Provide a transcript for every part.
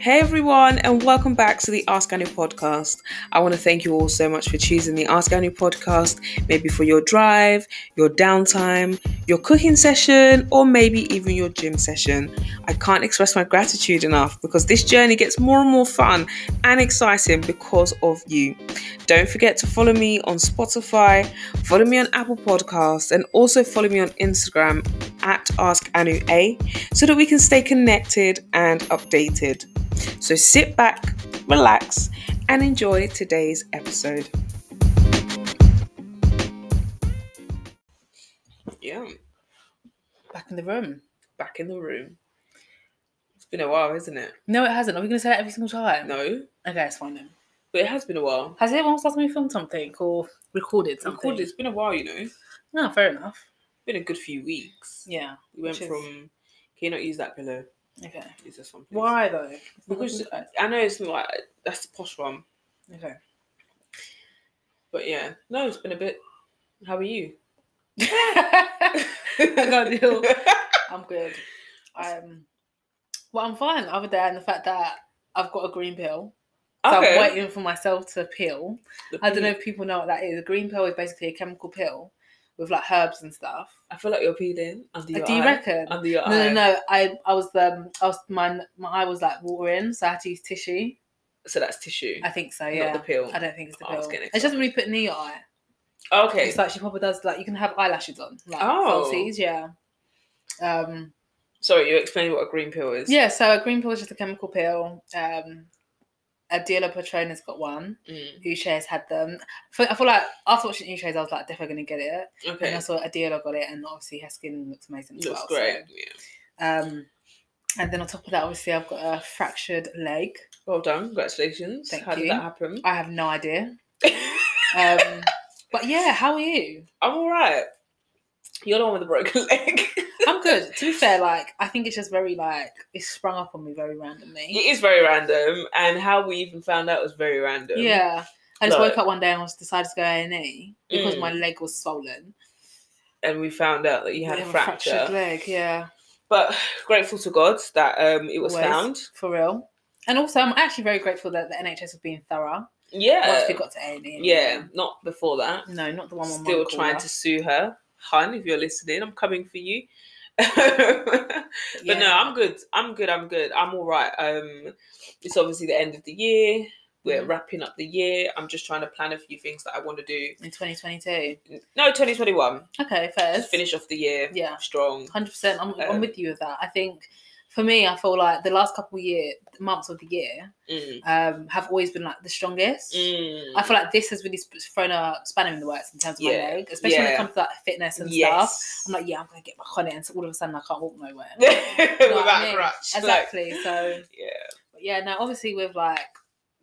Hey everyone, and welcome back to the Ask Anu podcast. I want to thank you all so much for choosing the Ask Anu podcast, maybe for your drive, your downtime, your cooking session, or maybe even your gym session. I can't express my gratitude enough because this journey gets more and more fun and exciting because of you. Don't forget to follow me on Spotify, follow me on Apple Podcasts, and also follow me on Instagram at Ask Anu A so that we can stay connected and updated. So sit back, relax, and enjoy today's episode. Yeah, back in the room. back in the room. It's been a while, isn't it? No, it hasn't. Are we going to say that every single time? No, Okay, it's fine then. but it has been a while. Has it once last time we filmed something or recorded It's something? recorded. It's been a while, you know. It's No, fair enough. been a good few weeks. Yeah. We went Which is- from can you not use that pillow? Okay. Use this one, please. Why though? Because I know it's like that's the posh one, okay. but yeah, no, it's been a bit. How are you? I can't deal. I'm good. I'm. Well, I'm fine. Other than the fact that I've got a green pill, so Okay. I'm waiting for myself to peel. I don't know if people know what that is. A green pill is basically a chemical pill with like herbs and stuff. I feel like you're peeling under your Uh, Do you eye. reckon? Under your No, eye. no, no. I, I was um, I was my my eye was like watering, so I had to use tissue. So that's tissue, I think so. not Yeah, the peel. I don't think it's the I was pill. getting It doesn't really put in your eye. Oh, Okay. It's like she probably does. Like you can have eyelashes on. Like Oh. falsies, yeah. Um, Sorry, you explained what a green pill is. yeah. So a green pill is just a chemical pill. Um, Adela Patrona's got one. Mm, Uche's had them. I feel- I feel like after watching Uche's, I was like definitely gonna get it. And I okay. saw Adela got it, and obviously her skin looks amazing. as Looks well, so- great. Yeah. Um, and then on top of that, obviously, I've got a fractured leg. Well done. Congratulations. Thank How you. did that happen? I have no idea. Um, but yeah, how are you? I'm all right. You're the one with the broken leg. I'm good. To be fair, like I think it's just very like it's sprung up on me very randomly. it is very random, and how we even found out was very random. Yeah, I just Like- woke up one day and I was decided to go A and E because Mm. my leg was swollen. And we found out that you I had a have fracture. fractured leg. Yeah, But grateful to God that um it was Always. found. for real. And also, I'm actually very grateful that the NHS was being thorough once Yeah. we got to A and E. Yeah. Not before that. No, not the one. my mum Still called trying to us. sue her. Hun, if you're listening, I'm coming for you. but Yeah. no, I'm good. I'm good. I'm good. I'm all right. Um, it's obviously the end of the year. We're Mhm. wrapping up the year. I'm just trying to plan a few things that I want to do. in 2022. No, 2021. Okay, fair. Just finish off the year Yeah. strong. Hundred percent. I'm, Um, I'm with you with that. I think for me, I feel like the last couple of year months of the year Mm. um, have always been like the strongest. Mm. I feel like this has really sp- thrown a spanner in the works in terms of Yeah, my leg, especially when yeah. it comes to like fitness and stuff. yes. I'm like, yeah, I'm gonna get back on it, and so all of a sudden I can't walk nowhere. know what I Without a mean? crutch. like, exactly. So yeah. but yeah, now obviously with like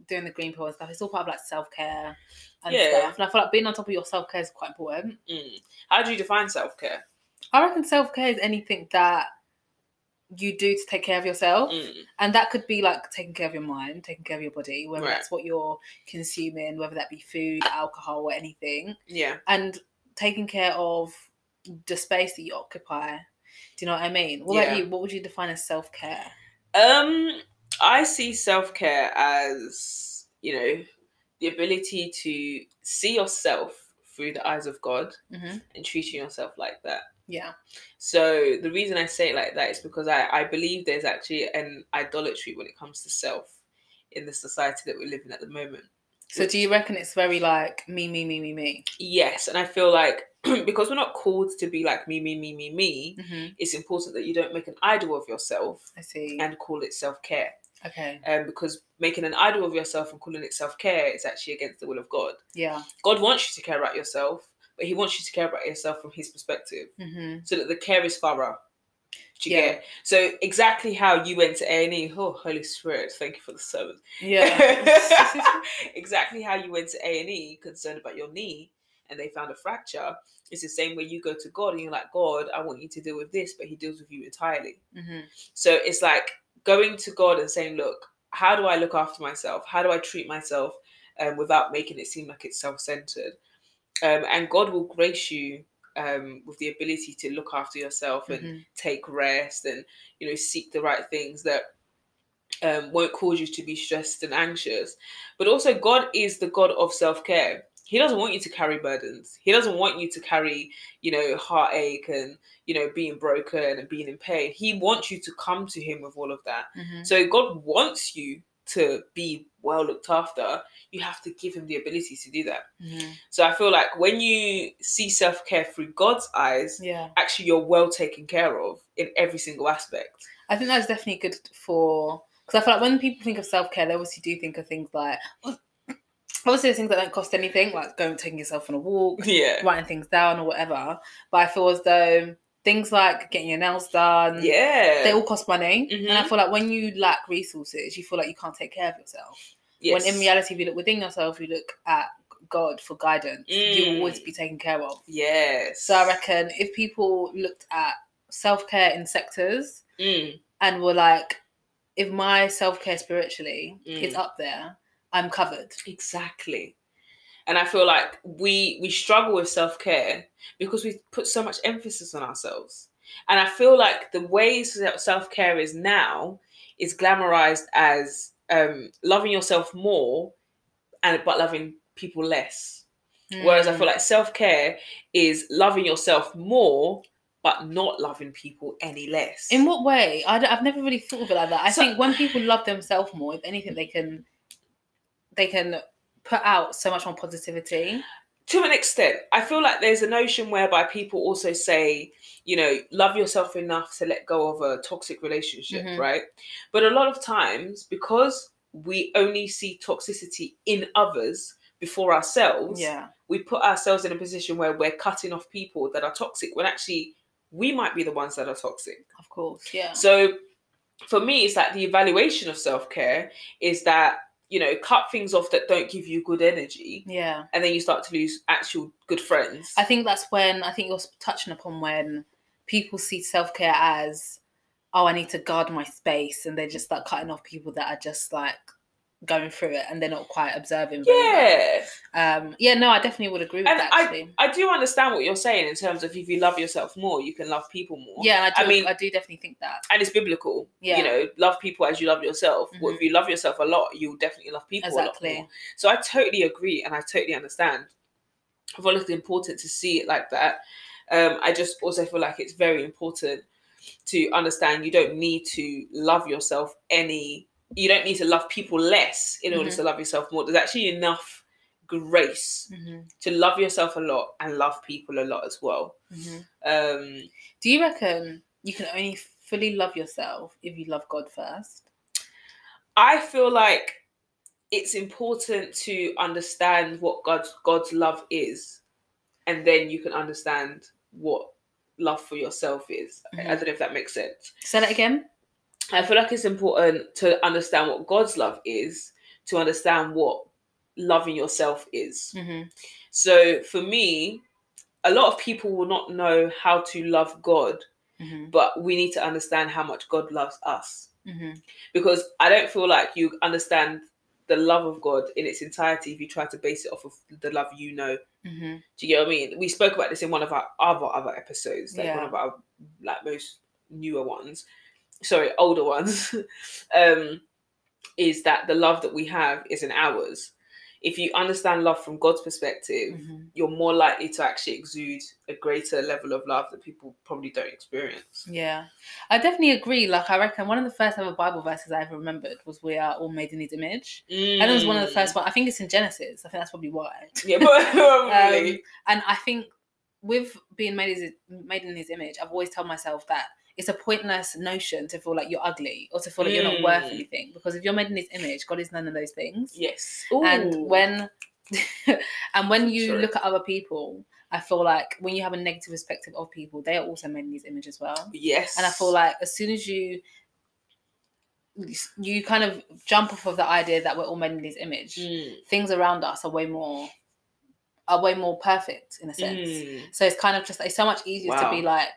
doing the green pill and stuff, it's all part of like self care and Yeah. stuff. And I feel like being on top of your self care is quite important. Mm. How do you define self care? I reckon self care is anything that you do to take care of yourself. Mm. And that could be like taking care of your mind, taking care of your body, whether Right. that's what you're consuming, whether that be food, alcohol, or anything, Yeah. and taking care of the space that you occupy. Do you know what I mean? What Yeah. about you? What would you define as self care? Um, I see self care as you know the ability to see yourself through the eyes of God Mm-hmm. and treating yourself like that. Yeah. So the reason I say it like that is because I I believe there's actually an idolatry when it comes to self in the society that we live in at the moment. So do you reckon it's very like me, me, me, me, me? Yes, and I feel like because we're not called to be like me, me, me, me, me, Mm-hmm. it's important that you don't make an idol of yourself I see. and call it self care. Okay. um, because making an idol of yourself and calling it self care is actually against the will of God. Yeah. God wants you to care about yourself, but He wants you to care about yourself from His perspective Mm-hmm. so that the care is thorough. Do you Yeah. get? So exactly how you went to A and E. Oh, Holy Spirit, thank you for the sermon. Yeah. exactly how you went to A and E concerned about your knee and they found a fracture. It's the same way you go to God and you're like, God, I want you to deal with this, but He deals with you entirely. mm-hmm. So it's like going to God and saying, look, how do I look after myself? How do I treat myself um, without making it seem like it's self centered? Um, and God will grace you um, with the ability to look after yourself and Mm-hmm. take rest and, you know, seek the right things that um, won't cause you to be stressed and anxious. But also, God is the God of self care. He doesn't want you to carry burdens. He doesn't want you to carry, you know, heartache and, you know, being broken and being in pain. He wants you to come to Him with all of that. Mhm. So God wants you to be well looked after. You have to give Him the ability to do that. Mhm. So I feel like when you see self care through God's eyes, Yeah. actually you're well taken care of in every single aspect. I think that's definitely good for because I feel like when people think of self care, they obviously do think of things like obviously there's things that don't cost anything, like going taking yourself on a walk, Yeah. writing things down or whatever. But I feel as though things like getting your nails done, Um, Yeah. they all cost money. And I Mhm. feel like when you lack resources, you feel like you can't take care of yourself. Yes. When in reality, if you look within yourself, you look at God for guidance, you will Mm. always be taken care of. Yes. So I reckon if people looked at self care in sectors Mm, and were like, if my self care spiritually Mm. is up there, I'm covered. exactly. And I feel like we we struggle with self care because we put so much emphasis on ourselves. And I feel like the way self care is now is glamorized as um, loving yourself more, and but loving people less. Whereas Mm. I feel like self care is loving yourself more, but not loving people any less. in what way? I have never really thought of it like that. I So- think when people love themselves more, if anything, they can they can put out so much more positivity. to an extent, I feel like there's a notion whereby people also say, you know, love yourself enough to let go of a toxic relationship, Mhm. right? But a lot of times, because we only see toxicity in others before ourselves, Yeah. we put ourselves in a position where we're cutting off people that are toxic when actually we might be the ones that are toxic. Of course, yeah. So for me, it's like the evaluation of self care is that, you know, cut things off that don't give you good energy yeah. and then you start to lose actual good friends. I think that's when I think you're touching upon when people see self care as, oh, I need to guard my space, and they just start cutting off people that are just like going through it and they're not quite observing. very well. yeah, Um. Yeah. No, I definitely would agree with And that. Actually. I do understand what you're saying in terms of if you love yourself more, you can love people more. yeah. and I I do. I, mean- do definitely think that. And it's biblical, Yeah. Mm-hmm. you know, love people as you love yourself. Well, if you love yourself a lot, you'll definitely love people a lot Exactly. more. So I totally agree and I totally understand. I feel it's important to see it like that. Um, I just also feel like it's very important to understand you don't need to love yourself any, you don't need to love people less in order Mhm. to love yourself more. There's actually enough grace hmm to love yourself a lot and love people a lot as well. hmm Um, Do you reckon you can only fully love yourself if you love God first? I feel like it's important to understand what God's God's love is, and then you can understand what love for yourself is. I- I Mhm. don't know if that makes sense. Say that again. I feel like it's important to understand what God's love is to understand what loving yourself is. hmm So for me, a lot of people will not know how to love God, hmm but we need to understand how much God loves us. hmm because I don't feel like you understand the love of God in its entirety if you try to base it off of the love you know. hmm Do you get what I mean? We spoke about this in one of our other other episodes, like one Yeah. of our like most newer ones, sorry, older ones. um, is that the love that we have isn't ours? If you understand love from God's perspective, hmm you're more likely to actually exude a greater level of love that people probably don't experience. Yeah, I definitely agree. Like, I reckon one of the first ever Bible verses I ever remembered was, "We are all made in His image," and it was one of the Mm. first one. I think it's in Genesis. I think that's probably why. Yeah, but Um, probably. and I think with being made as made in His image, I've always told myself that it's a pointless notion to feel like you're ugly or to feel like you're not worth Mm. anything because if you're made in His image, God is none of those things. yes. Ooh. and when and when you Sorry. look at other people i feel like when you have a negative perspective of people they are also made in these images as well Yes. and i feel like as soon as you you kind of jump off of the idea that we're all made in this image Mm, things around us are way more are way more perfect in a sense mm, so it's kind of just it's so much easier to be Wow. like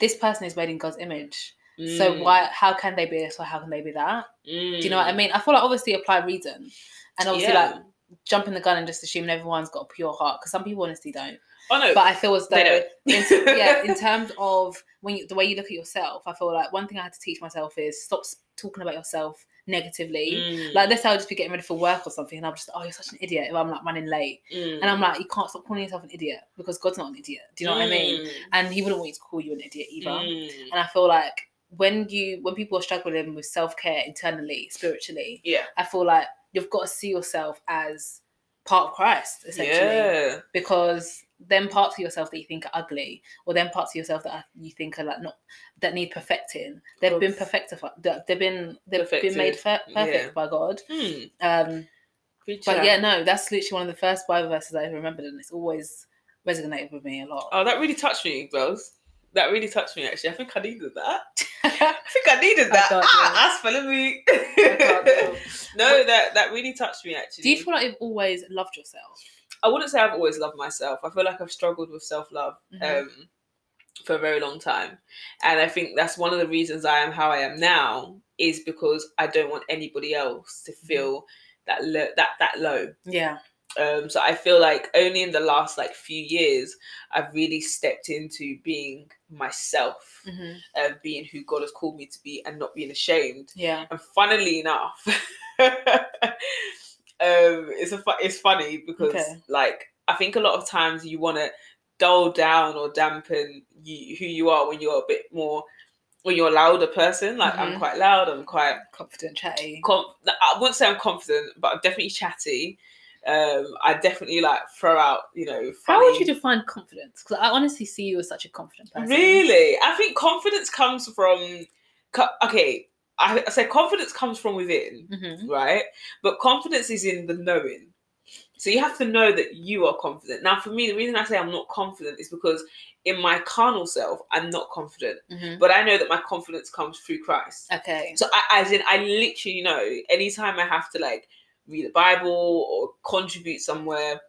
this person is made in god's image so why how can they be this or how can they be that mm, do you know what i mean i feel like obviously apply reason and obviously Yeah. like jumping the gun and just assuming everyone's got a pure heart because some people honestly don't. oh no. But I feel as though, They in, don't. yeah, in terms of when you, the way you look at yourself, I feel like one thing I had to teach myself is stop s- talking about yourself negatively. Mm. Like this, I'll just be getting ready for work or something, and I'm just, oh, you're such an idiot if I'm like running late. Mm. And I'm like, you can't stop calling yourself an idiot because God's not an idiot. Do you know what I Mm. mean? And He wouldn't want you to call you an idiot either. And I feel like when you when people are struggling with self care internally, spiritually, Yeah. I feel like you've got to see yourself as part of Christ essentially Yeah. because then parts of yourself that you think are ugly, or then parts of yourself that are- you think are like not that need perfecting, they've been perfected. They've been they've been made fe- perfect yeah. by God. Hmm. Um, Good but chat. yeah, no, that's literally one of the first Bible verses I remembered, and it's always resonated with me a lot. Oh, that really touched me, girls. That really touched me. Actually, I think I needed that. I think I needed I that. can't ah, do it. that's filling me. can't do no, that that really touched me. Actually, Do you feel like you've always loved yourself? I wouldn't say I've always loved myself. I feel like I've struggled with self love Mhm. um, for a very long time, and I think that's one of the reasons I am how I am now is because I don't want anybody else to feel that lo- that that low. Yeah, Um, so I feel like only in the last like few years I've really stepped into being myself, hmm uh, being who God has called me to be, and not being ashamed. yeah, And funnily enough, um, it's a fu- it's funny because Okay. like I think a lot of times you want to dull down or dampen you, who you are when you're a bit more when you're a louder person. Like I'm Mhm. quite loud. I'm quite confident, chatty. conf- I wouldn't say I'm confident, but I'm definitely chatty. Um, I definitely like throw out, you know. Funny. How would you define confidence? Because I honestly see you as such a confident person. Really, I think confidence comes from. co- Okay, I, I say confidence comes from within, hmm right? But confidence is in the knowing. So you have to know that you are confident. Now, for me, the reason I say I'm not confident is because in my carnal self, I'm not confident. hmm But I know that my confidence comes through Christ. Okay. So I, as in, I literally know anytime I have to like read the Bible or contribute somewhere,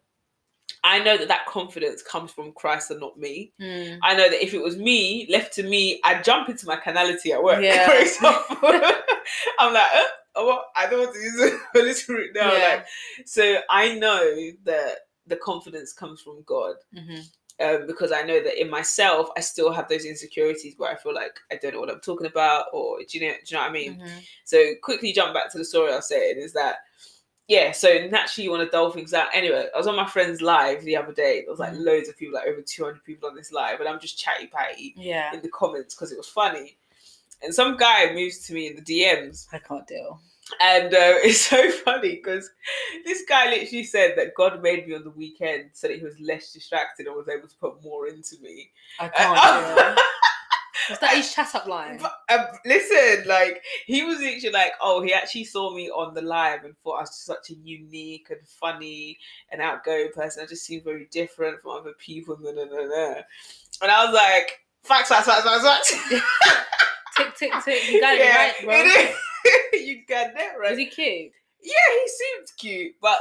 I know that that confidence comes from Christ and not me. Mm. I know that if it was me, left to me, I'd jump into my canality at work, Yeah. for example. I'm like, uh, oh, well, I don't want to use the Holy Spirit now. Yeah. Like, so I know that the confidence comes from God hmm um, because I know that in myself, I still have those insecurities where I feel like I don't know what I'm talking about, or do you know, do you know what I mean? hmm So quickly jump back to the story I was saying is that yeah, so naturally you want to dull things out. Anyway, I was on my friend's live the other day. There was like Mhm. loads of people, like over 200 people on this live, and I'm just chatty patty Yeah. in the comments because it was funny. And some guy moves to me in the DMs, I can't deal. and uh, it's so funny because this guy literally said that God made me on the weekend so that he was less distracted and was able to put more into me. I Uh, can't deal. Was that his chat up line? But, um, listen, like he was literally like, oh, he actually saw me on the live and thought I was such a unique and funny and outgoing person. I just seemed very different from other people. Blah, blah, blah, blah. And I was like, facts, facts, facts, facts, facts. Tick, tick, tick. You got Yeah, it right, bro. it is. you got that right. Was he cute? yeah, he seemed cute, but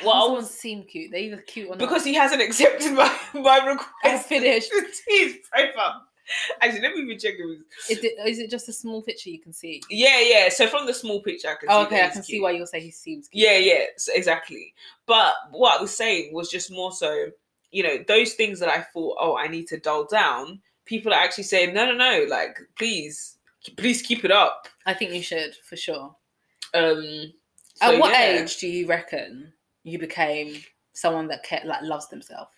Well, well, I all was, ones seem cute. They're either cute or not. because he hasn't accepted my my I request. finished. He's profile. Actually, let me even check if it's- Is it, is it just a small picture you can see? Yeah, yeah. So from the small picture, I can. Oh, see that okay. I he's can see cute. why you'll say he seems cute. Yeah, yeah, s- exactly. But what I was saying was just more so, you know, those things that I thought, oh, I need to dull down. People are actually saying, no, no, no, like, please, k- please keep it up. I think you should, for sure. Um, so, At what yeah. age do you reckon you became someone that kept, like loves themselves?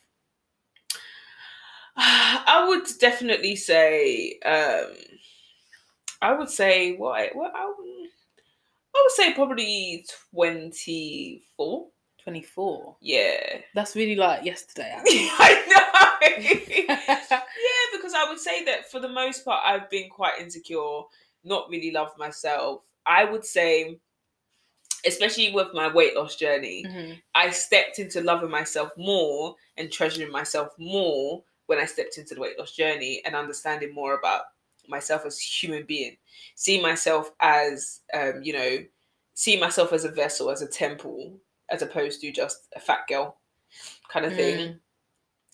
I would definitely say, um, I would say what? I- What I, would- I would say probably twenty four. 24. Yeah, That's really like yesterday, I know. actually. Yeah, because I would say that for the most part, I've been quite insecure, not really loved myself. I would say, especially with my weight loss journey, Mhm. I stepped into loving myself more and treasuring myself more when I stepped into the weight loss journey and understanding more about myself as a human being, see myself as, um, you know, see myself as a vessel, as a temple, as opposed to just a fat girl kind of thing. Mm.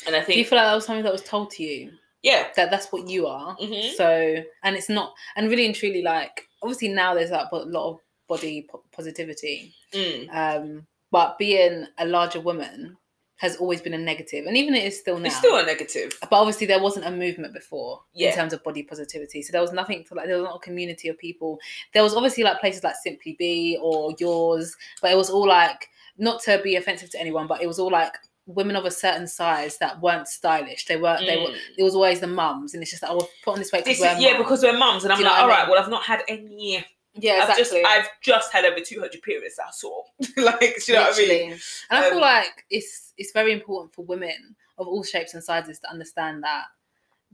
And I Do you think, feel like that was something that was told to you? yeah, that that's what you are. Mhm. So, and it's not, and really and truly, like obviously now there's like a lot of body po- positivity, mm, um, but being a larger woman has always been a negative, and even it is still now. It's still a negative. but obviously, there wasn't a movement before Yeah. in terms of body positivity. So there was nothing to like. There was not a community of people. There was obviously like places like Simply Be or Yours, but it was all like not to be offensive to anyone, but it was all like women of a certain size that weren't stylish. They weren't. They were. Mm. It was always the mums, and it's just like, I was put on this weight This is, because we're yeah, mums. because we're mums, and I'm Do you know like, all what I right, mean? well, I've not had any. yeah, I've just, exactly. I've just had over 200 periods. That's all. like, do you know what I mean? Literally. And I feel Um, like it's it's very important for women of all shapes and sizes to understand that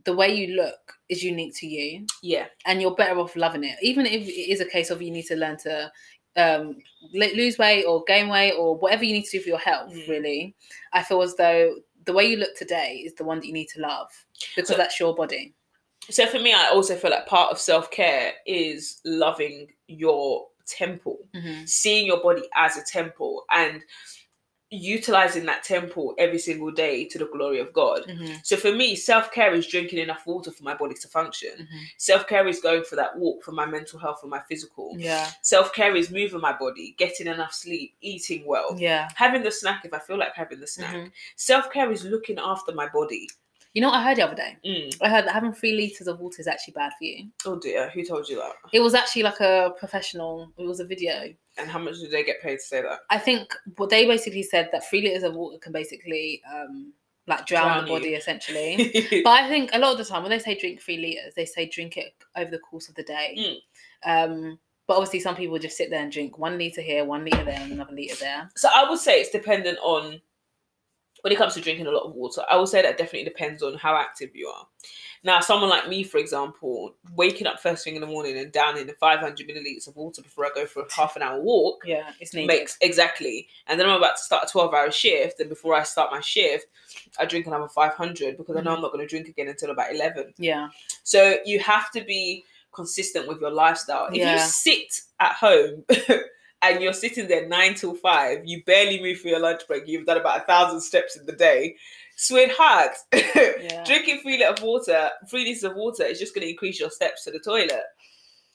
the way you look is unique to you, Yeah, and you're better off loving it. Even if it is a case of you need to learn to um, lo- lose weight or gain weight or whatever you need to do for your health, Mm. really, I feel as though the way you look today is the one that you need to love because So- that's your body. So for me, I also feel like part of self care is loving your temple, seeing your body as a temple, and utilizing that temple every single day to the glory of Mm. God. So for me, self care is drinking enough water for my body to function. Self care is going for that walk for my mental health and my physical. Yeah, Self care is moving my body, getting enough sleep, eating well. yeah. Having the snack if I feel like having the snack. Mhm. Self care is looking after my body. You know what I heard the other day? Mm. I heard that having three liters of water is actually bad for you. Oh dear, who told you that? It was actually like a professional. It was a video. And how much do they get paid to say that? I think what they basically said that three liters of water can basically um like drown, Drown the you. body essentially. but I think a lot of the time when they say drink three liters, they say drink it over the course of the day. Mm. Um, but obviously some people just sit there and drink one liter here, one liter there, and another liter there. so I would say it's dependent on when it comes to drinking a lot of water. I would say that definitely depends on how active you are. Now, someone like me, for example, waking up first thing in the morning and downing the 500 milliliters of water before I go for a half an hour walk Yeah, it's needed. makes exactly. And then I'm about to start a 12 hour shift, and before I start my shift, I drink another 500 because I know Mm-hmm. I'm not going to drink again until about 11. yeah, So you have to be consistent with your lifestyle. If you Yeah. sit at home and you're sitting there nine till five, you barely move for your lunch break, you've done about a thousand steps in the day, sweetheart, yeah. drinking three liters of water, three liters of water is just going to increase your steps to the toilet.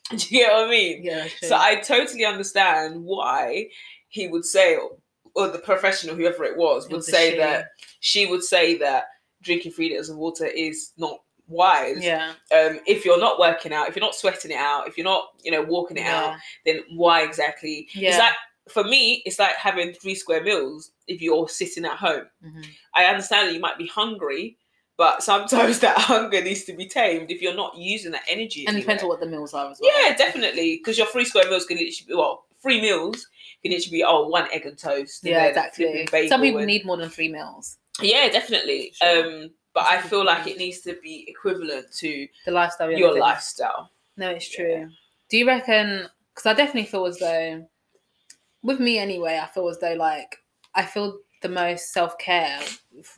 Do you get what I mean? yeah, that's So true. I totally understand why he would say, or, or the professional, whoever it was, It would was a say shame. that she would say that drinking three liters of water is not wise yeah, um, if you're not working out, if you're not sweating it out, if you're not, you know, walking it out, yeah, then why exactly? It's Yeah. like for me, it's like having three square meals if you're sitting at home. Mhm. I understand that you might be hungry, but sometimes that hunger needs to be tamed if you're not using that energy. and it depends on anywhere. what the meals are as well. yeah, definitely, because your three square meals can literally be well, three meals can literally be oh one egg and toast. and yeah, then exactly. flipping bagel Some people and- need more than three meals. yeah, definitely. Sure. Um, but I That's feel like it different. needs to be equivalent to The lifestyle you're your living. lifestyle. No, it's Yeah. true. Do you reckon? Because I definitely feel as though, with me anyway, I feel as though like I feel the most self care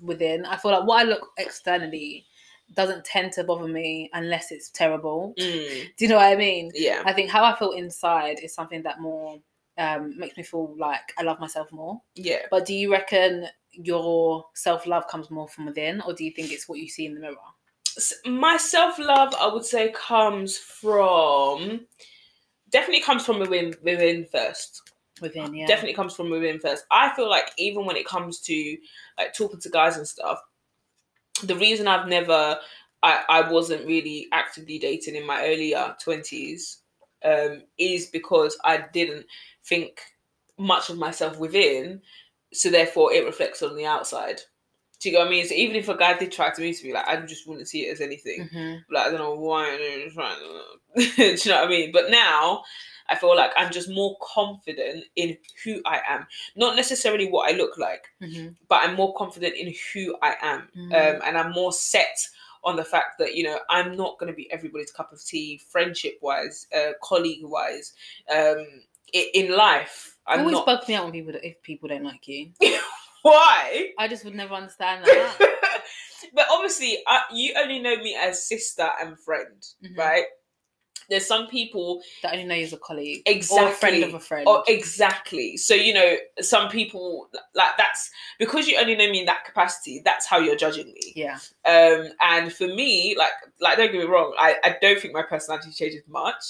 within. I feel like what I look externally doesn't tend to bother me unless it's terrible. Mm, Do you know what I mean? yeah. I think how I feel inside is something that more um, makes me feel like I love myself more. Yeah. But do you reckon your self love comes more from within, or do you think it's what you see in the mirror? S- My self love, I would say, comes from definitely comes from within within first. Within, yeah, Definitely comes from within first. I feel like even when it comes to like talking to guys and stuff, the reason I've never I, I wasn't really actively dating in my earlier twenties um is because I didn't think much of myself within, so therefore it reflects on the outside. Do you know what I mean? So even if a guy did try to meet me, like I just wouldn't see it as anything Mhm. like I don't know why I'm trying to. Do you know what I mean? But now I feel like I'm just more confident in who I am, not necessarily what I look like, Mhm. but I'm more confident in who I am, Mm. um, and I'm more set on the fact that you know I'm not going to be everybody's cup of tea, friendship wise, uh, colleague wise, um, i- in life. It I'm always not. bugs me out when people if people don't like you. why? I just would never understand that. but obviously, I, you only know me as sister and friend, Mhm. right? There's some people that only know you as a colleague. Or a Exactly. friend of a friend. Oh, exactly. So you know, some people like that's because you only know me in that capacity. That's how you're judging me. yeah. Um, and for me, like, like don't get me wrong, I, I don't think my personality changes much.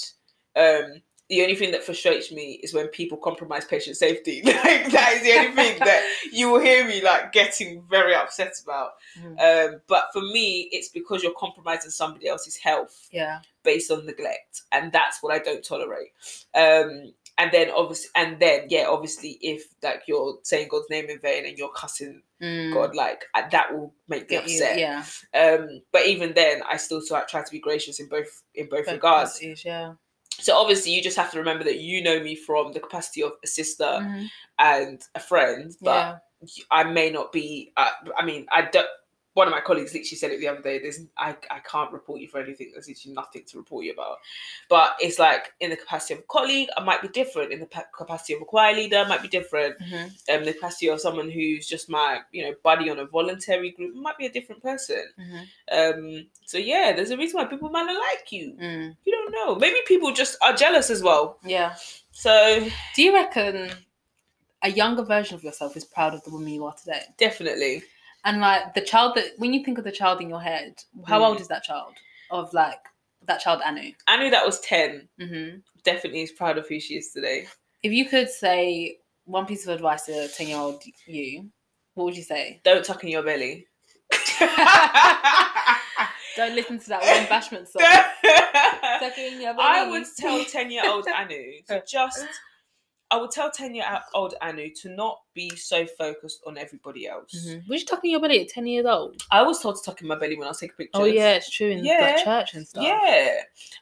Um, the only thing that frustrates me is when people compromise patient safety. like that is the only thing that you will hear me like getting very upset about. Mhm. Um, but for me, it's because you're compromising somebody else's health Yeah. based on neglect, and that's what I don't tolerate. Um, and then obviously, and then yeah, obviously, if like you're saying God's name in vain and you're cussing Mm. God, like uh, that will make me Get you- upset. Yeah. Um, but even then, I still try, try to be gracious in both in both regards. Is, yeah. So obviously, you just have to remember that you know me from the capacity of a sister Mhm. and a friend, Uh, but yeah. I may not be. Uh, I mean, I don't. One of my colleagues literally said it the other day. There's, I, I can't report you for anything. There's literally nothing to report you about. But it's like in the capacity of a colleague, I might be different. In the pa- capacity of a choir leader, I might be different. Mhm. Um, the capacity of someone who's just my, you know, buddy on a voluntary group I might be a different person. Mhm. Um, so yeah, there's a reason why people might not like you. Mm. You don't know. Maybe people just are jealous as well. Yeah. So Do you reckon a younger version of yourself is proud of the woman you are today? definitely, And like the child that when you think of the child in your head, how Mm. old is that child? Of like that child Anu. I knew that was ten. hmm Definitely is proud of who she is today. If you could say one piece of advice to a ten year old you, what would you say? Don't tuck in your belly. Don't listen to that one bashment song. I Tuck it in your belly. would tell ten-year-old Anu to just. I would tell ten-year-old Anu to not be so focused on everybody else. Mhm. Was you tucking your belly at ten years old? I was told to tuck in my belly when I was taking pictures. Oh yeah, it's true in Yeah. like church and stuff. Yeah,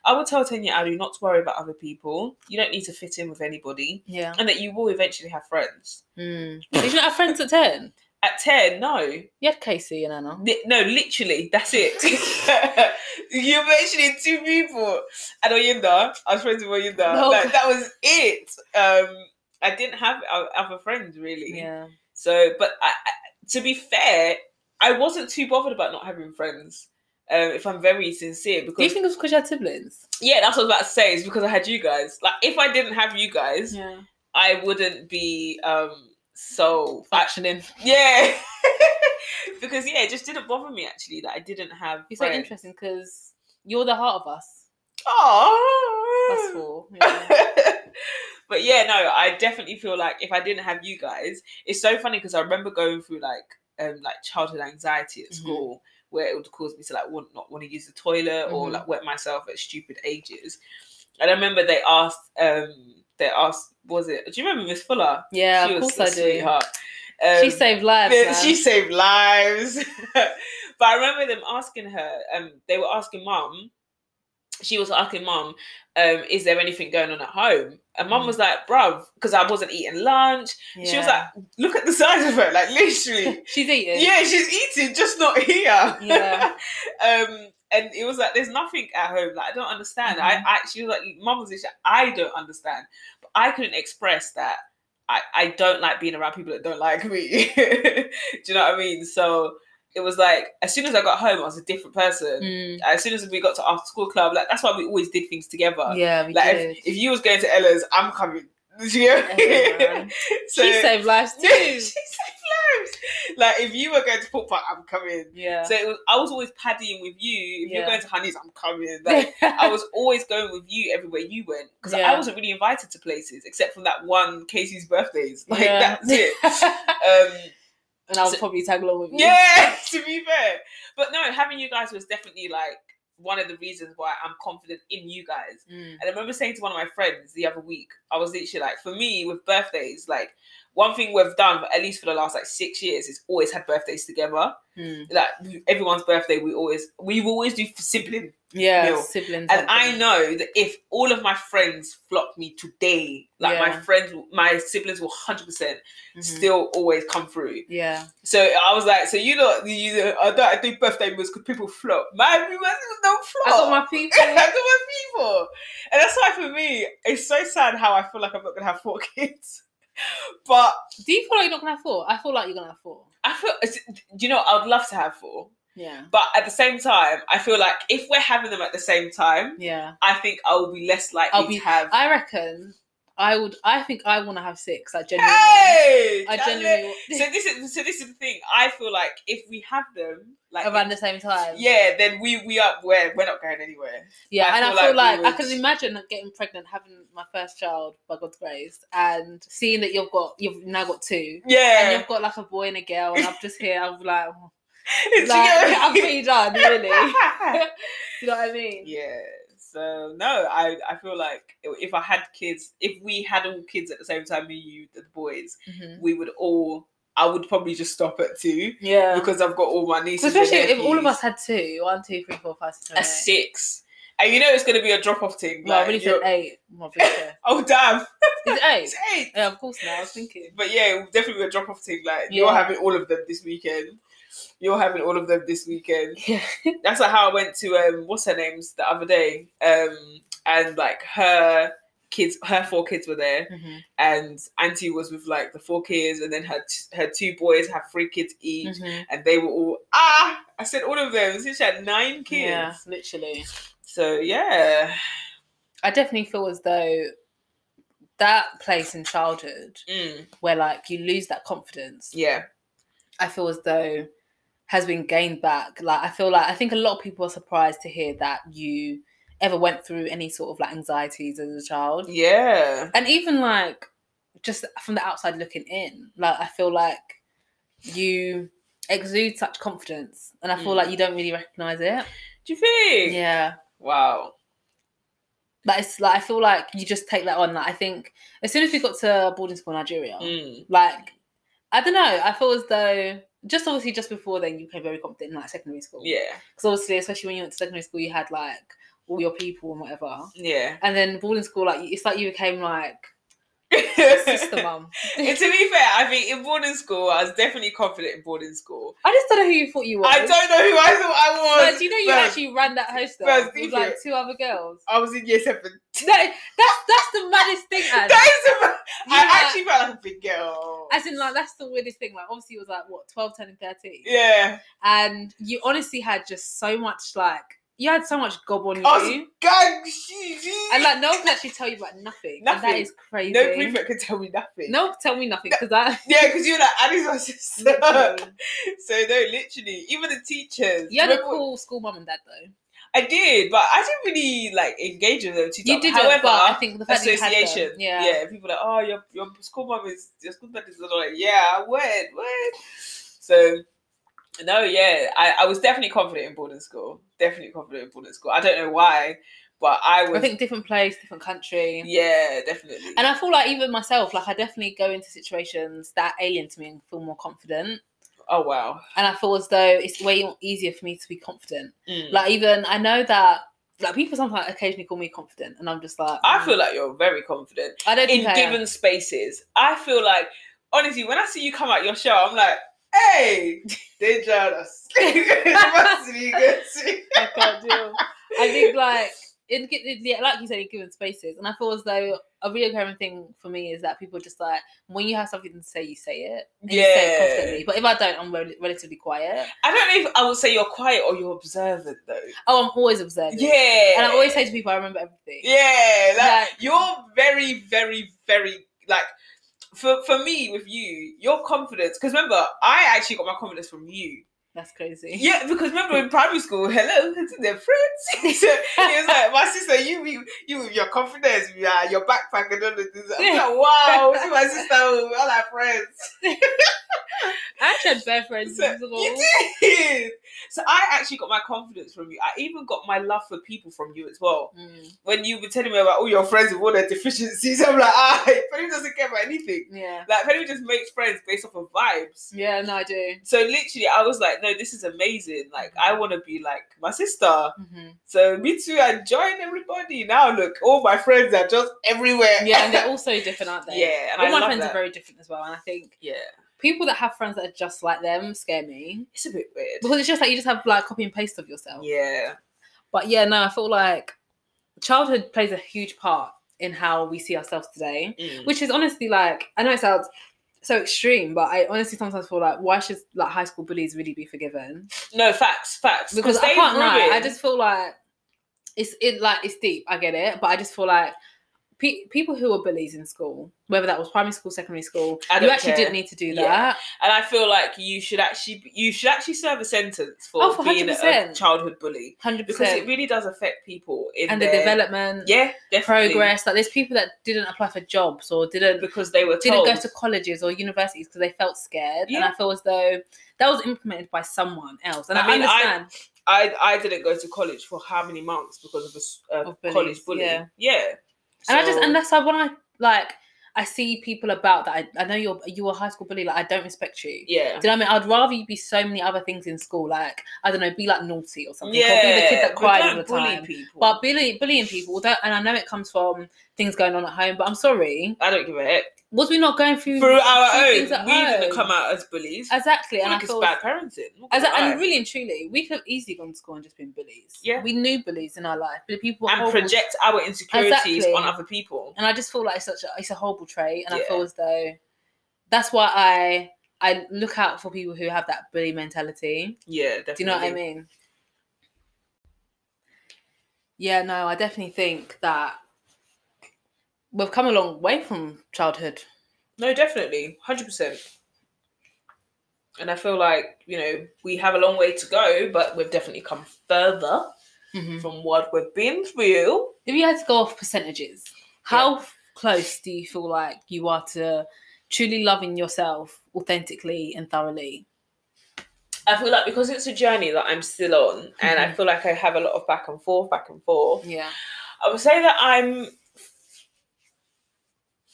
I would tell ten-year-old Anu not to worry about other people. You don't need to fit in with anybody, Yeah. and that you will eventually have friends. Mm. Did you not have friends at ten? At ten, no, You had Casey and Anna. Li- No, literally, that's it. you mentioned two people and Oyinda. I was friends with Oyinda. No. Like, that was it. Um, I didn't have o- other friends really. Yeah. So, but I, I, to be fair, I wasn't too bothered about not having friends. Um, if I'm very sincere, Do you because think it was because you had siblings? yeah, that's what I was about to say. It's because I had you guys. Like, if I didn't have you guys, Yeah. I wouldn't be um so I- Functioning. yeah. because yeah, it just didn't bother me actually that I didn't have. It's so interesting because you're the heart of us. Oh, That's four. Yeah. but yeah, no, I definitely feel like if I didn't have you guys, it's so funny because I remember going through like um like childhood anxiety at Mhm. school where it would cause me to like want, not want to use the toilet or Mhm. like wet myself at stupid ages. And I remember they asked um they asked was it do you remember Miss Fuller? Yeah, she of was course a I do. sweetheart. Um, she saved lives. Yeah, man. she saved lives. but I remember them asking her, um, they were asking mum, she was asking mum, um, is there anything going on at home? And mum Mm. was like, bruv, because I wasn't eating lunch. She was like, Yeah. look at the size of her, like literally. she's eating. yeah, she's eating, just not here. Yeah. um, and it was like, there's nothing at home. Like, I don't understand. I, Mhm. I, she was like, mum was literally, I don't understand. But I couldn't express that. I, I don't like being around people that don't like me. Do you know what I mean? So it was like, as soon as I got home, I was a different person. Mm. As soon as we got to after school club, like that's why we always did things together. Yeah, we like did. if, if you was going to Ella's, I'm coming. Do you know what I mean? Yeah, man. So- she saved lives she too. saved lives. Like if you were going to Port Park, I'm coming. yeah. So it was, I was always paddying with you. If you're Yeah. going to Honey's, I'm coming. Like I was always going with you everywhere you went because Yeah. I wasn't really invited to places except for that one Casey's birthdays. Like Yeah. that's it. Um, and I would So- probably tag along with you. yeah, to be fair, but no, having you guys was definitely like one of the reasons why I'm confident in you guys. Mm. And I remember saying to one of my friends the other week, I was literally like, for me, with birthdays, like one thing we've done, at least for the last like six years, is always had birthdays together. Mm. Like everyone's birthday, we always we always do sibling. Yeah, Meal. siblings. And I something. know that if all of my friends flock me today, like my Yeah. friends, will- my siblings will 100% percent Mhm. still always come through. Yeah. So I was like, so you know, you know I don't I do birthday meals because people flop. Man, we must don't flop. I got my people. I got my people. And that's why for me, it's so sad how I feel like I'm not gonna have four kids. But Do you feel like you're not gonna have four? I feel like you're gonna have four. I feel it's- you know, I'd love to have four. Yeah. But at the same time, I feel like if we're having them at the same time, Yeah. I think I'll be less likely I'll be- to have I reckon I would. I think I want to have six. I genuinely. Hey, I that's genuinely. it. So this is so this is the thing. I feel like if we have them, like around the same time. yeah, then we we are where we're not going anywhere. Yeah, I and feel I like feel like, we I would- can imagine getting pregnant, having my first child by God's grace, and seeing that you've got you've now got two, and Yeah, you've got like a boy and a girl, and I'm just here. I'm like, Do you get like what I I'm mean? pretty done, really. Do you know what I mean? yeah. So no, I I feel like if I had kids, if we had all kids at the same time, me, you, the boys, Mhm. we would all. I would probably just stop at two Yeah. because I've got all my nieces. and Especially if all of nephews. us had two, one, two, three, four, five, six, seven, a eight. six. And you know it's gonna be a drop off thing. Well, I like, really said you're- eight. My picture. oh damn, Is it eight? it's eight. Yeah, of course. Now I was thinking. But yeah, it will definitely be a drop off thing. Like you're Yeah. having all of them this weekend. You're having all of them this weekend. Yeah. That's like how I went to um what's her name's the other day. Um and like her kids her four kids were there Mhm. and Auntie was with like the four kids and then her t- her two boys have three kids each Mhm. and they were all ah I said all of them. So she had nine kids. Yeah, literally. So yeah. I definitely feel as though that place in childhood Mm, where like you lose that confidence, yeah. I feel as though has been gained back. Like I feel like I think a lot of people are surprised to hear that you ever went through any sort of like anxieties as a child. Yeah. And even like just from the outside looking in, like I feel like you exude such confidence and I feel Mm. like you don't really recognize it. Do you think? Yeah. Wow. Like it's like I feel like you just take that on. Like I think as soon as we got to boarding school in Nigeria, Mm. like I don't know, I feel as though just obviously just before then you became very confident in like secondary school. Yeah. Because obviously, especially when you went to secondary school, you had like all your people and whatever. Yeah. And then boarding school, like it's like you became like sister mum. And to be fair, I think in boarding school, I was definitely confident in boarding school. I just don't know who you thought you were. I don't know who I thought I was. But do you know you but actually ran that hostel Bro, with secret. like two other girls? I was in year seven. No, that's that's the maddest thing. As, That is. a- You I were- actually felt like a big girl. as in, like that's the weirdest thing. Like obviously, it was like what 12, 10, and thirteen. yeah. and you honestly had just so much like you had so much gob on you, I was Gang. she- she- and like no one could actually tell you about nothing. And that Nothing. is crazy. no prefect could tell me nothing. No one could tell me nothing because I Yeah, because you're like Annie's my sister. literally. so no, literally, even the teachers. you had a Remember- cool school mum and dad though. I did, but I didn't really like engage with them too. You much. did, however. it, but I think the fact that you association. had them, yeah, yeah. People are like, oh, your your school mom is your school dad is like, yeah, word, word. So, no, yeah, I, I was definitely confident in boarding school. Definitely confident in boarding school. I don't know why, but I was. I think different place, different country, yeah, definitely. and I feel like even myself, like I definitely go into situations that are alien to me and feel more confident. oh wow. And I feel as though it's way easier for me to be confident. Mm. Like even I know that like people sometimes occasionally call me confident, and I'm just like I mm. feel like you're very confident I don't in think I am. given spaces. I feel like honestly, when I see you come out your show, I'm like, hey, they jealous. I can't do. I think like in, gi- in yeah, like you said, in given spaces, and I feel as though a reoccurring thing for me is that people just like when you have something to say, you say it. and you say it Yeah. confidently. But if I don't, I'm rel- relatively quiet. I don't know if I would say you're quiet or you're observant though. Oh, I'm always observing. Yeah. And I always say to people, I remember everything. Yeah, like, Like- you're very, very, very like for for me with you, your confidence. Because remember, I actually got my confidence from you. That's crazy. Yeah, because remember in primary school, hello, to their friends. so it was like my sister, you, you, you with your confidence, yeah, your backpack and all of this. I'm like, wow, see my sister, oh, with all our friends. I actually had bare friends. So, first of all. you did. So I actually got my confidence from you. I even got my love for people from you as well. Mm, When you were telling me about all your friends with all their deficiencies, I'm like, ah, Penny doesn't care about anything. yeah. Like Penny just makes friends based off of vibes. Yeah, no, I do. So literally, I was like, no, this is amazing. Like, I want to be like my sister. hmm So me too, I join everybody. Now look, all my friends are just everywhere. Yeah, and they're all so different, aren't they? yeah, and All I my love friends that. are very different as well, and I think yeah, people that have friends that are just like them scare me. it's a bit weird. because it's just like you just have like copy and paste of yourself. Yeah, But yeah, no, I feel like childhood plays a huge part in how we see ourselves today, Mm. which is honestly like I know it sounds so extreme, but I honestly sometimes feel like why should like high school bullies really be forgiven? no facts, facts. Because I they can't lie, ruin- I just feel like it's it like it's deep. I get it, but I just feel like pe- people who were bullies in school, whether that was primary school, secondary school, I you don't actually care. didn't need to do Yeah. that. And I feel like you should actually you should actually serve a sentence for, Oh, for being a 100%. childhood bully Hundred because it percent. really does affect people in And the their development, yeah definitely. progress. Like there's people that didn't apply for jobs or didn't because they were didn't told go to colleges or universities because they felt scared. And Yeah. I feel as though that was implemented by someone else. And I, I mean, I- understand. I I didn't go to college for how many months because of a s- a, Of bullies, college bully. yeah. Yeah. and I just So- and that's like when I like I see people about that. I, I know you're you were a high school bully. Like I don't respect you. yeah. Do you know what I mean? I'd rather you be so many other things in school, like I don't know, be like naughty or something. Yeah, Or be the kid that but cried all don't the bully time. people. But bully, bullying people, don't, and I know it comes from things going on at home. But I'm sorry, I don't give a heck. was we not going through Through our through own, we things at home? didn't come out as bullies. exactly? I And I think it's feel bad parenting. not as gonna a, and lie. really and truly, we could have easily gone to school and just been bullies. Yeah. we knew bullies in our life, but people were and horrible- project our insecurities Exactly. on other people. and I just feel like it's such a, it's a horrible trait, and I Yeah. feel as though that's why I I look out for people who have that bully mentality. Yeah, definitely. Do you know what I mean? Yeah, no, I definitely think that we've come a long way from childhood. No, definitely, hundred percent. And I feel like you know we have a long way to go, but we've definitely come further from what we've been through. If you had to go off percentages, how f- close do you feel like you are to truly loving yourself authentically and thoroughly? I feel like because it's a journey that I'm still on, and I feel like I have a lot of back and forth, back and forth. Yeah. I would say that I'm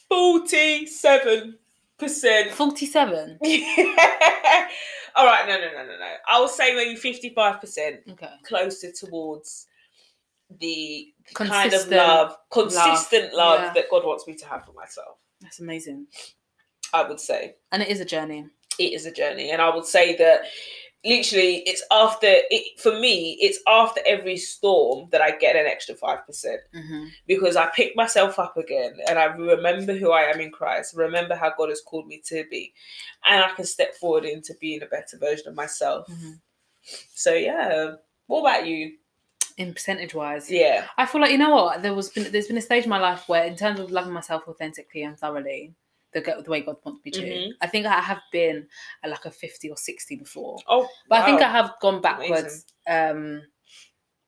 forty-seven percent 47. yeah. All right. No, no, no, no, no. I will say maybe fifty-five percent Okay. closer towards the kind of Consistent. love, consistent love, Yeah. that God wants me to have for myself. That's amazing. I would say And it is a journey. it is a journey, and I would say that literally it's after it for me. It's after every storm that I get an extra five percent Mm-hmm. because I pick myself up again and I remember who I am in Christ, remember how God has called me to be, and I can step forward into being a better version of myself. Mm-hmm. So yeah, what about you? In percentage wise. Yeah, I feel like you know what there was been, there's been a stage in my life where in terms of loving myself authentically and thoroughly the, go- the way God wants me to Mhm. I think I have been at like a 50 or 60 before oh, but I think I wow. have gone backwards um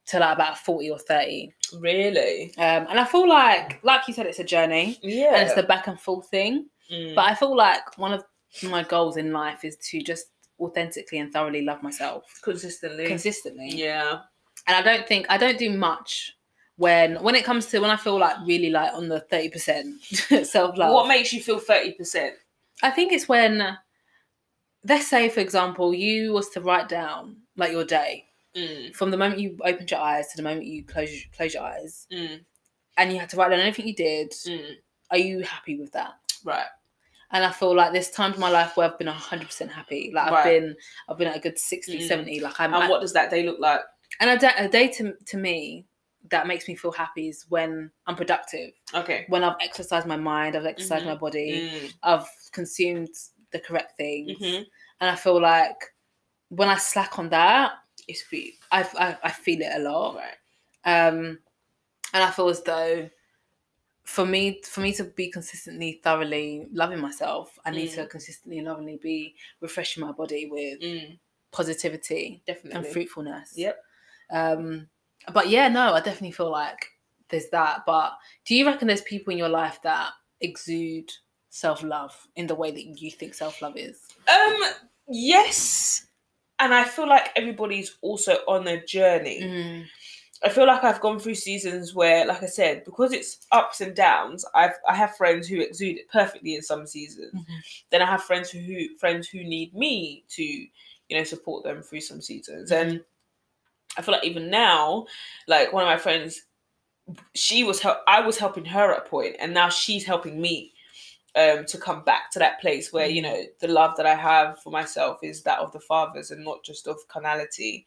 to like about 40 or 30 really, um and I feel like like you said it's a journey yeah, and it's the back and forth thing Mm. but I feel like one of my goals in life is to just authentically and thoroughly love myself consistently, consistently yeah, and I don't think I don't do much when when it comes to when I feel like really like on the thirty percent self what love. makes you feel 30%? I think it's when let's say for example you was to write down like your day Mm, from the moment you opened your eyes to the moment you close close your eyes mm, and you had to write down anything you did. mm. Are you happy with that? Right. And I feel like there's times in my life where I've been hundred percent happy. Like I've Right. been, I've been at a good 60, Mm. 70. Like I'm, And what does that day look like? and a day, a day to to me that makes me feel happy is when I'm productive. Okay. when I've exercised my mind, I've exercised Mhm. my body, Mm, I've consumed the correct things, mhm. and I feel like when I slack on that, It's sweet. I I, I feel it a lot, Right. um, and I feel as though for me for me to be consistently thoroughly loving myself, I need to consistently and lovingly be refreshing my body with Mm, positivity and definitely. fruitfulness. Yep. Um, but yeah, no, I definitely feel like there's that. But do you reckon there's people in your life that exude self love in the way that you think self love is? Um, yes. And I feel like everybody's also on a journey. Mm, I feel like I've gone through seasons where, like I said, because it's ups and downs. I've I have friends who exude it perfectly in some seasons. Mhm. Then I have friends who- who friends who need me to, you know, support them through some seasons. And I feel like even now, like one of my friends, she was help. I was helping her at a point, and now she's helping me um, to come back to that place where you Mhm. know the love that I have for myself is that of the fathers and not just of carnality.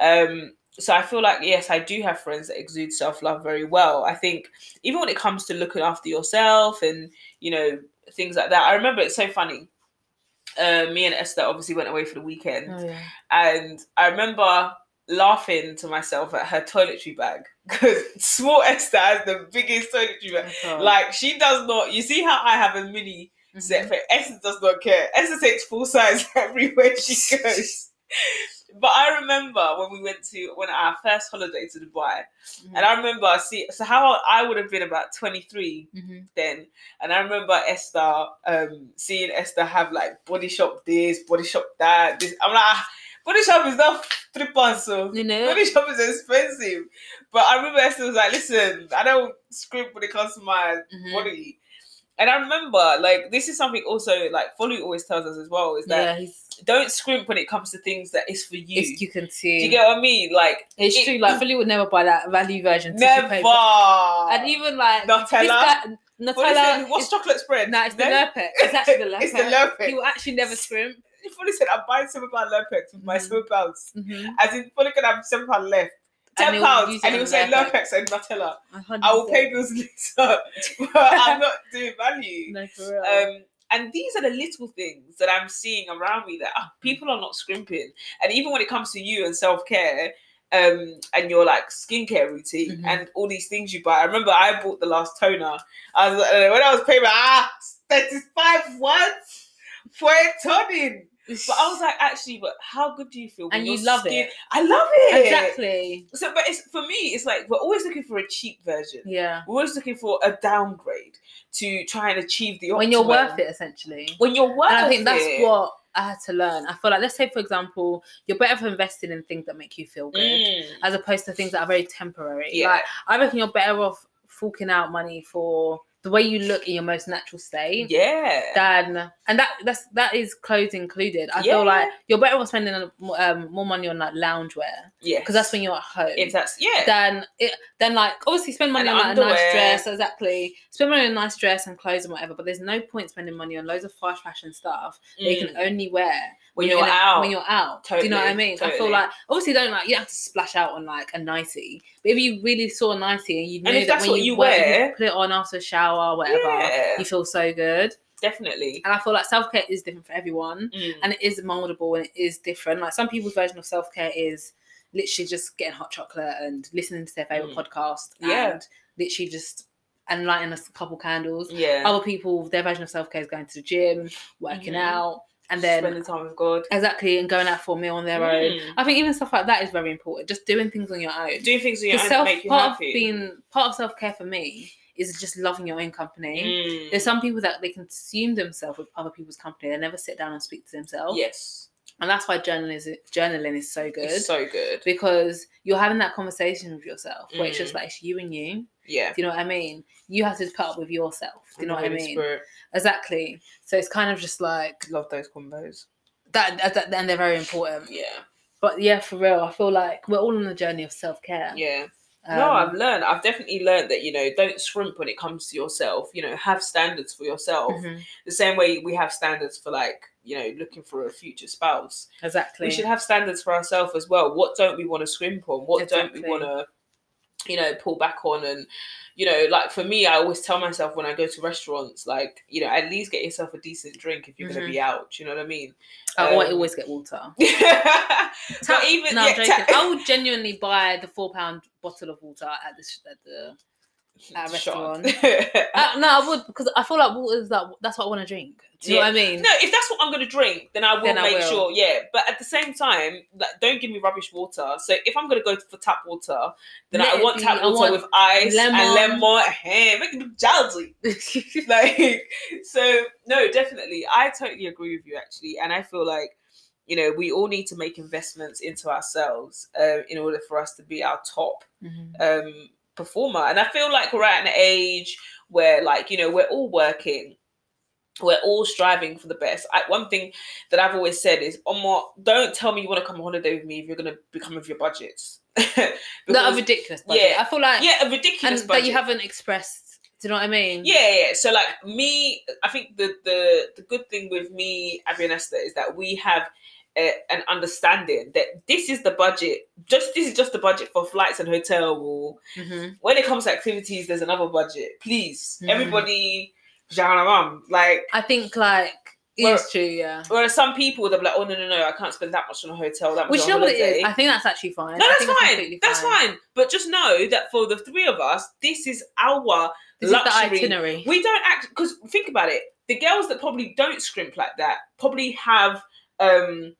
Um, so I feel like yes, I do have friends that exude self love very well. I think even when it comes to looking after yourself and you know things like that. I remember it's so funny. Mm. Uh, me and Esther obviously went away for the weekend, oh yeah. and I remember laughing to myself at her toiletry bag because small Esther has the biggest toiletry bag. Oh. Like she does not. You see how I have a mini Mm-hmm. set for Esther does not care. Esther takes full size everywhere she goes. But I remember when we went to when our first holiday to Dubai, and I remember I see so how I would have been about twenty three Mm-hmm. then, and I remember Esther um seeing Esther have like body shop this, body shop that. This I'm like, "Ah, body shop is not three pounds, so You know, body shop is expensive. But I remember Esther was like, listen, I don't script when it comes to my Mhm. body. And I remember, like, this is something also, like, Folly always tells us as well, is that yeah, he's, don't scrimp when it comes to things that is for you. it's, you can Do see. you get what I mean? Like, it's it- true. Like, Philly would never buy that value version. tissue never. paper. and even like this Nutella. guy- What is Nutella. it? What's chocolate spread? Nah, it's the No? Lurpet. It's actually the Lurpet. It's the Lurpet. He will actually never scrimp. Folly said, I'm buying seven pound Lurpex with my Mhm. seven pounds. Mm-hmm. As in, Folly could have seven pound left. And Ten he'll pounds, use it and on Mm. he will say Lurpex. Lurpex and Nutella. I will pay bills later, but I'm not doing value. No, for real. Um, and these are the little things that I'm seeing around me that ah, people are not scrimping. And even when it comes to you and self care, um, and your like skincare routine Mhm. and all these things you buy. I remember I bought the last toner. I was like, when I was paying, like, ah, that is five once for a toning. But I was like, actually, but how good do you feel? when And your you love skin- it. I love it. exactly. So, but it's for me, it's like we're always looking for a cheap version. Yeah. We're always looking for a downgrade to try and achieve the optimum. When you're worth it, essentially. When you're worth and I think that's it. what I had to learn. I feel like, let's say, for example, you're better for investing in things that make you feel good Mm, as opposed to things that are very temporary. yeah. Like, I reckon you're better off forking out money for the way you look in your most natural state. yeah. than and that that's that is clothes included. I Yeah. feel like you're better off spending um, more money on like loungewear yeah. because that's when you're at home. If that's yeah. Then it then like obviously spend money And on like, a underwear. nice dress exactly. Spend money on a nice dress and clothes and whatever, but there's no point spending money on loads of fast fashion stuff that you Mm. can only wear when you're in a- out. When you're out, do you know what I Totally, mean? I feel totally. like obviously don't like you don't have to splash out on like a nighty, but if you really saw a nighty and you knew if that that's when what you, you wear, it, wear- you put it on after a shower, or whatever, Yeah. you feel so good. Definitely. And I feel like self care is different for everyone Mm. and it is moldable and it is different. Like some people's version of self care is literally just getting hot chocolate and listening to their favorite Mm. podcast Yeah. and literally just and lighting a couple candles. yeah. Other people, their version of self care is going to the gym, working Mhm. out, and then spending time with God. exactly and going out for a meal on their own. Mm. I think even stuff like that is very important. Just doing things on your own. Doing things on your The own to self make you part of happy. being part of self care for me is just loving your own company. Mm. There's some people that they consume themselves with other people's company. They never sit down and speak to themselves. yes. And that's why journalism journaling is so good. It's so good. because you're having that conversation with yourself where it's just Mm. like it's you and you. Yeah. Do you know what I mean? You have to put up with yourself. Do you know what I Holy mean? Spirit. Exactly. So it's kind of just like Love those combos. that, that, that- and they're very important. Yeah. But yeah, for real, I feel like we're all on a journey of Um, self care. Yeah. no, I've learned. I've definitely learned that you know, don't scrimp when it comes to yourself. You know, have standards for yourself. The same way we have standards for like you know, looking for a future spouse. exactly. We should have standards for ourselves as well. What don't we want to scrimp on? What don't we Exactly. want to, you know, pull back on? And you know, like for me, I always tell myself when I go to restaurants, like you know, at least get yourself a decent drink if you're going Mhm. to be out. Do You know what I mean? I um, always get water. but Ta- even no, I'm yeah, joking. ta- I would genuinely buy the four pound bottle of water at the sh- at the. at a Shot. Uh, no, I would because I feel like water is that. That's what I want to drink. Do you know what I mean? No, if that's what I'm gonna drink, then I will Then I make will. sure. Yeah, but at the same time, like, don't give me rubbish water. So if I'm gonna go for tap water, then Let I it want be- tap I water want with ice and lemon. lemon. Hey, make it jazzy. Like so, no, definitely, I totally agree with you actually, and I feel like you know we all need to make investments into ourselves uh, in order for us to be our top Mhm. um performer and i feel like we're at an age where like you know we're all working we're all striving for the best I, one thing that i've always said is Omar, don't tell me you want to come on holiday with me if you're going to be coming with your budgets Because- That a ridiculous budget. yeah, I feel like yeah a ridiculous and budget that you haven't expressed. Do you know what I mean? yeah, yeah. So like me, I think the the the good thing with me, Abby and Esther, is that we have a, an understanding that this is the budget. Just this is just the budget for flights and hotel. Or Mhm. when it comes to activities, there's another budget. Please, Mhm. everybody, everybody, Jahanamam, like I think like Where- It's true, yeah. Whereas some people they'll be like, oh no no no, I can't spend that much on a hotel. That much Which on you know a what it holiday. is? I think that's actually fine. No, I that's think it's fine. completely That's fine. But just know that for the three of us, this is our This luxury. is the itinerary. We don't act because think about it. The girls that probably don't scrimp like that probably have um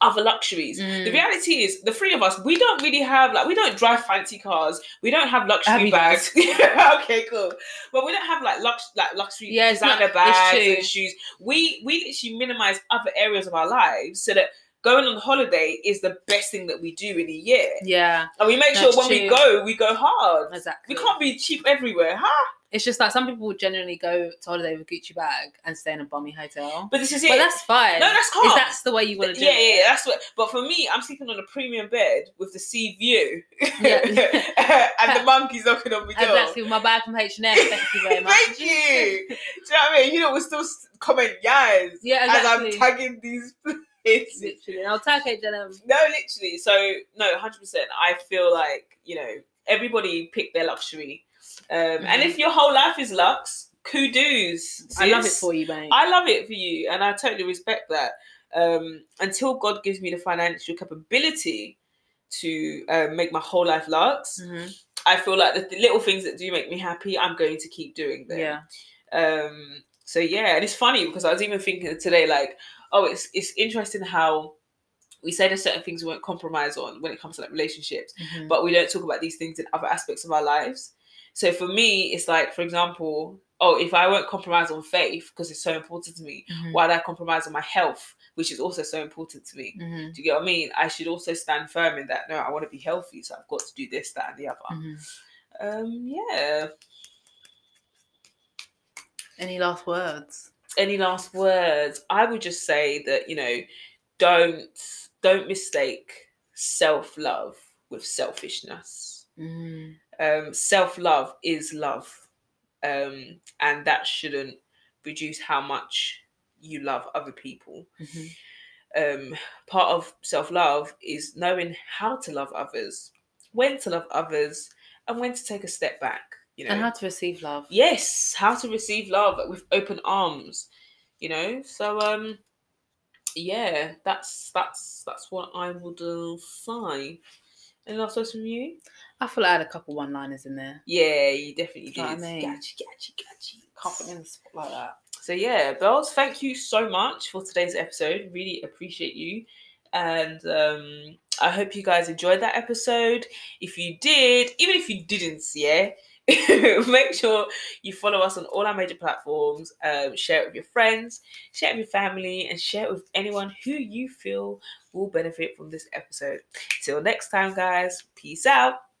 other luxuries. Mm. The reality is, the three of us, we don't really have like we don't drive fancy cars. We don't have luxury Abby bags. does. okay, cool. But we don't have like lux like luxury Yeah, it's designer not- it's bags true. and shoes. We we literally minimize other areas of our lives so that going on holiday is the best thing that we do in a year. Yeah, And we make That's sure when we true. go, we go hard. exactly. We can't be cheap everywhere, huh? It's just like some people generally go to holiday with Gucci bag and stay in a bummy hotel. But this is it. But that's fine. no, that's calm. if that's the way you want to do yeah, yeah, it. yeah, that's what. But for me, I'm sleeping on a premium bed with the sea view, Yeah. and the monkey's knocking on my door. Exactly. My bag from H and M. Thank you very much. Thank you. Do you know what I mean? You know, we still s- comment yes Yeah, as exactly. I'm tagging these places. Literally, and I'll tag H and M. No, literally. So no, hundred percent. I feel like you know everybody pick their luxury, um, and Mhm. if your whole life is lux, kudos. I love it sis. for you, mate. I love it for you, and I totally respect that. Um, until God gives me the financial capability to uh, make my whole life lux, Mhm. I feel like the th- little things that do make me happy, I'm going to keep doing them. Yeah. Um, so yeah, and it's funny because I was even thinking today, like, oh, it's it's interesting how we say there's certain things we won't compromise on when it comes to like relationships Mhm. but we don't talk about these things in other aspects of our lives. So for me, it's like, for example, oh, if I won't compromise on faith because it's so important to me, Mhm. why would I compromise on my health, which is also so important to me? Mhm. Do you get what I mean? I should also stand firm in that. No, I want to be healthy, so I've got to do this, that, and the other. Mhm. Um, yeah. Any last words? Any last words? I would just say that you know, don't don't mistake self love with selfishness. Mm. um, self love is love, um, and that shouldn't reduce how much you love other people. Mhm. Um, part of self love is knowing how to love others, when to love others, and when to take a step back. You know, And how to receive love. yes, how to receive love with open arms. You know, so um, yeah, that's that's that's what I would uh, say. Any last words from you? I feel like I had a couple one-liners in there. Yeah, you definitely did. Know what I mean? Gotcha, gotcha, gotcha. Can't put me in the spot like that. So yeah, Bells, thank you so much for today's episode. Really appreciate you. And um, I hope you guys enjoyed that episode. If you did, even if you didn't, yeah, make sure you follow us on all our major platforms. Um, share it with your friends, share it with your family, and share it with anyone who you feel will benefit from this episode. Till next time, guys. Peace out.